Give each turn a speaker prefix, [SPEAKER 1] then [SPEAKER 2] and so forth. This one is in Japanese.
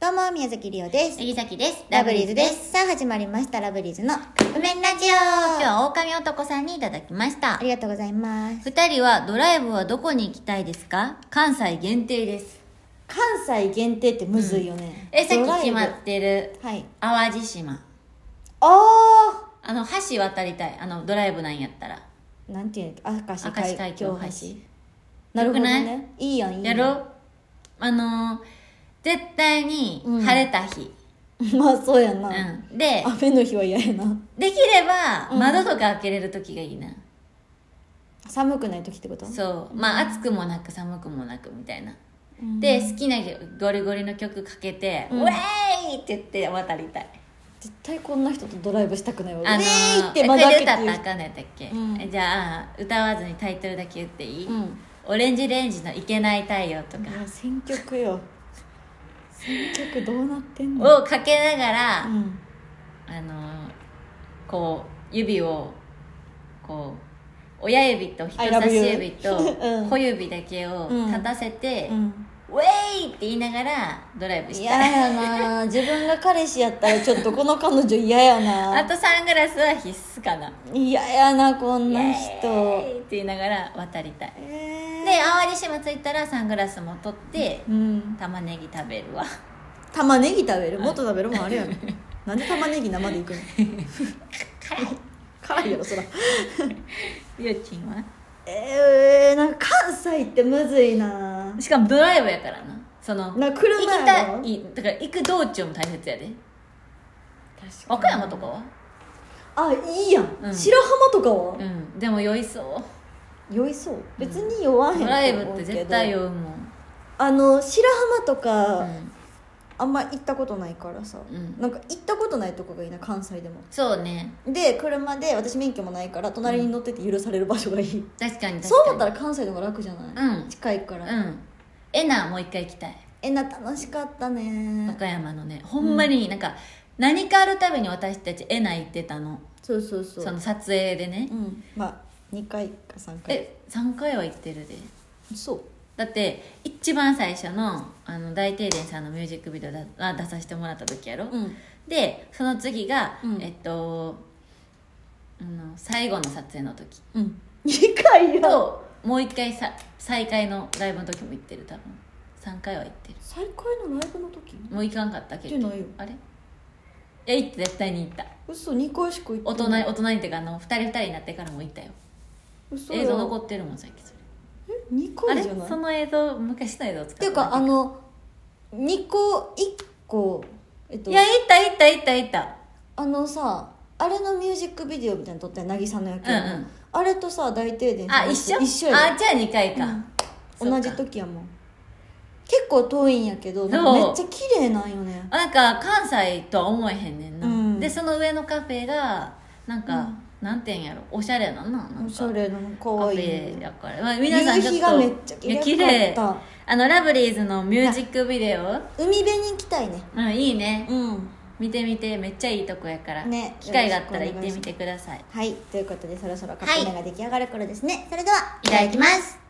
[SPEAKER 1] どうも、宮崎りおです。
[SPEAKER 2] えりざきです。
[SPEAKER 1] ラブリーズで。す。さあ、始まりました、ラブリーズのカップ麺ラジ
[SPEAKER 2] 今日
[SPEAKER 1] オ。
[SPEAKER 2] は狼男さんにいただきました
[SPEAKER 1] あ。りがとうございます。
[SPEAKER 2] 二人はドライブはどこに行きたいですか関西限定です。
[SPEAKER 1] 関西限定ってむずいよね。
[SPEAKER 2] え、さっき
[SPEAKER 1] ド
[SPEAKER 2] 決
[SPEAKER 1] ラ
[SPEAKER 2] ま
[SPEAKER 1] イブ
[SPEAKER 2] ってる
[SPEAKER 1] はい。
[SPEAKER 2] 淡路島。
[SPEAKER 1] あ
[SPEAKER 2] あの、橋渡りたい。あの、ドライブなんやったら。
[SPEAKER 1] ーなんていうの明石
[SPEAKER 2] 明石海
[SPEAKER 1] 海
[SPEAKER 2] 峡
[SPEAKER 1] 峡
[SPEAKER 2] 大橋。
[SPEAKER 1] なるほど
[SPEAKER 2] よくな
[SPEAKER 1] ね。いいやん、いい
[SPEAKER 2] や
[SPEAKER 1] やん。
[SPEAKER 2] ろあのー、絶対に
[SPEAKER 1] うん
[SPEAKER 2] 晴れた日。
[SPEAKER 1] まあ、そうや
[SPEAKER 2] う
[SPEAKER 1] な。
[SPEAKER 2] ん。で、
[SPEAKER 1] 雨の日は嫌やな。
[SPEAKER 2] できれば
[SPEAKER 1] うん
[SPEAKER 2] 窓とか開けれる時がいいな。
[SPEAKER 1] 寒くない時ってこと
[SPEAKER 2] そう。まあ、暑くもなく寒くもなくみたいな。
[SPEAKER 1] うん
[SPEAKER 2] で好きなゴリゴリの曲かけて「
[SPEAKER 1] うん
[SPEAKER 2] ウェーイ!」って言って渡りたい
[SPEAKER 1] 絶対こんな人とドライブしたくないわ。
[SPEAKER 2] あの
[SPEAKER 1] ウェーイって
[SPEAKER 2] えこ
[SPEAKER 1] 窓
[SPEAKER 2] れ
[SPEAKER 1] 開け
[SPEAKER 2] で歌
[SPEAKER 1] て言
[SPEAKER 2] ったらあ
[SPEAKER 1] う。
[SPEAKER 2] かんのやったっけ、
[SPEAKER 1] うん
[SPEAKER 2] えじゃあ歌わずにタイトルだけ言っていい、
[SPEAKER 1] うん。
[SPEAKER 2] オレンジレンジの「いけない太陽」とか
[SPEAKER 1] いや選曲よ。選曲どうなってんの
[SPEAKER 2] をかけながら、
[SPEAKER 1] うん
[SPEAKER 2] あのこう指をこう親指と人
[SPEAKER 1] I
[SPEAKER 2] 差
[SPEAKER 1] love
[SPEAKER 2] し
[SPEAKER 1] you
[SPEAKER 2] 指と
[SPEAKER 1] うん
[SPEAKER 2] 小指だけを
[SPEAKER 1] うん
[SPEAKER 2] 立たせて「
[SPEAKER 1] うん
[SPEAKER 2] ウェーイ!」って言いながらドライブし
[SPEAKER 1] 嫌
[SPEAKER 2] たい
[SPEAKER 1] やな自分が彼氏やったらちょっとこの彼女嫌や
[SPEAKER 2] あ
[SPEAKER 1] な
[SPEAKER 2] とサングラスは必須かな
[SPEAKER 1] 嫌やなこんな
[SPEAKER 2] イエー
[SPEAKER 1] 人
[SPEAKER 2] イって言いながら渡りたい
[SPEAKER 1] えー
[SPEAKER 2] で淡路島着いたらサングラスも取って
[SPEAKER 1] うん
[SPEAKER 2] 玉ねぎ食べるわ
[SPEAKER 1] 玉ねぎ食べるもっと食べるもんあるやろなんで玉ねぎ生でいくの辛いやろそら
[SPEAKER 2] ゆうちんは
[SPEAKER 1] えー、なんか関西ってむずいな
[SPEAKER 2] しかもドライブやからなその
[SPEAKER 1] な車
[SPEAKER 2] 行き
[SPEAKER 1] や
[SPEAKER 2] た
[SPEAKER 1] ろ
[SPEAKER 2] いだから行く道中も大切やで
[SPEAKER 1] 確
[SPEAKER 2] 和歌山とかは
[SPEAKER 1] あいいやん、
[SPEAKER 2] うん
[SPEAKER 1] 白浜とかは
[SPEAKER 2] う、んでも酔いそう
[SPEAKER 1] 酔いそう別に酔わへんと
[SPEAKER 2] ドライブって絶対酔
[SPEAKER 1] う
[SPEAKER 2] うもん
[SPEAKER 1] あの白浜とか、
[SPEAKER 2] うん
[SPEAKER 1] あんま行ったことないからさ、
[SPEAKER 2] うん
[SPEAKER 1] なんか行ったことないとこがいいな関西でも
[SPEAKER 2] そうね
[SPEAKER 1] で車で私免許もないから隣に乗ってて許される場所がいい、
[SPEAKER 2] 確かに確か に
[SPEAKER 1] そう思ったら関西の方が楽じゃない、
[SPEAKER 2] うん
[SPEAKER 1] 近いから、
[SPEAKER 2] うんえなもう一回行きたい
[SPEAKER 1] えな楽しかった
[SPEAKER 2] 和
[SPEAKER 1] ね
[SPEAKER 2] 歌山のねほんまになんか何かあるたびに私たちえな行ってたの
[SPEAKER 1] そうそうそう
[SPEAKER 2] その撮影でね
[SPEAKER 1] うんまあ2回か3回
[SPEAKER 2] え3回は行ってるで
[SPEAKER 1] そう
[SPEAKER 2] だって一番最初のあの大停電さんのミュージックビデオだあ出させてもらった時やろ、
[SPEAKER 1] うん
[SPEAKER 2] でその次が、
[SPEAKER 1] うん
[SPEAKER 2] えっとあの最後の撮影の時
[SPEAKER 1] うん2回よ
[SPEAKER 2] ともう一回さ再開のライブの時も行ってる多分3回は行ってる
[SPEAKER 1] 最高のライブの時
[SPEAKER 2] もう行かんかったけど
[SPEAKER 1] 行ってないよ
[SPEAKER 2] あれいや行って絶対に行った
[SPEAKER 1] 嘘2回しか行って
[SPEAKER 2] 大人
[SPEAKER 1] ない
[SPEAKER 2] 大人にっていうかあの2人2人になってからも行ったよ
[SPEAKER 1] 嘘
[SPEAKER 2] 映像残
[SPEAKER 1] よ
[SPEAKER 2] ってるもん最近それ
[SPEAKER 1] 2
[SPEAKER 2] あ
[SPEAKER 1] 回
[SPEAKER 2] れ
[SPEAKER 1] じゃない
[SPEAKER 2] その映像昔の映像使
[SPEAKER 1] っ
[SPEAKER 2] っ
[SPEAKER 1] ていうかあの2個1個えっと
[SPEAKER 2] いや行った行った行った行った
[SPEAKER 1] あのさあれのミュージックビデオみたいなの撮ったよ渚の役、
[SPEAKER 2] うんうん
[SPEAKER 1] あれとさ大停電
[SPEAKER 2] あ一緒
[SPEAKER 1] 一緒
[SPEAKER 2] あ
[SPEAKER 1] や
[SPEAKER 2] じゃあ2回か、
[SPEAKER 1] ろ同じ
[SPEAKER 2] そうか
[SPEAKER 1] 時やもん結構遠いんやけどなん
[SPEAKER 2] そ
[SPEAKER 1] か
[SPEAKER 2] う
[SPEAKER 1] めっちゃ綺麗なんよね
[SPEAKER 2] あなんか関西とは思えへんねんな、
[SPEAKER 1] うん
[SPEAKER 2] でその上のカフェがなんか、なんていうんやろおしゃれなんななん
[SPEAKER 1] お
[SPEAKER 2] か
[SPEAKER 1] しゃれなのか
[SPEAKER 2] カ
[SPEAKER 1] わ
[SPEAKER 2] フ
[SPEAKER 1] いい
[SPEAKER 2] ェやから、まあ、皆さんちょっと
[SPEAKER 1] 夕日がめっちゃ綺麗
[SPEAKER 2] い
[SPEAKER 1] か
[SPEAKER 2] や
[SPEAKER 1] った
[SPEAKER 2] 綺麗あのラブリーズのミュージックビデオ
[SPEAKER 1] 海辺に行きたいね
[SPEAKER 2] うんいいね
[SPEAKER 1] うん
[SPEAKER 2] 見てみてめっちゃいいとこやから、
[SPEAKER 1] ね
[SPEAKER 2] 機会があったら行ってみてください
[SPEAKER 1] はいということでそろそろカ
[SPEAKER 2] は
[SPEAKER 1] ッ
[SPEAKER 2] い
[SPEAKER 1] プ麺が出来上がる頃ですね、それではい
[SPEAKER 2] ただきます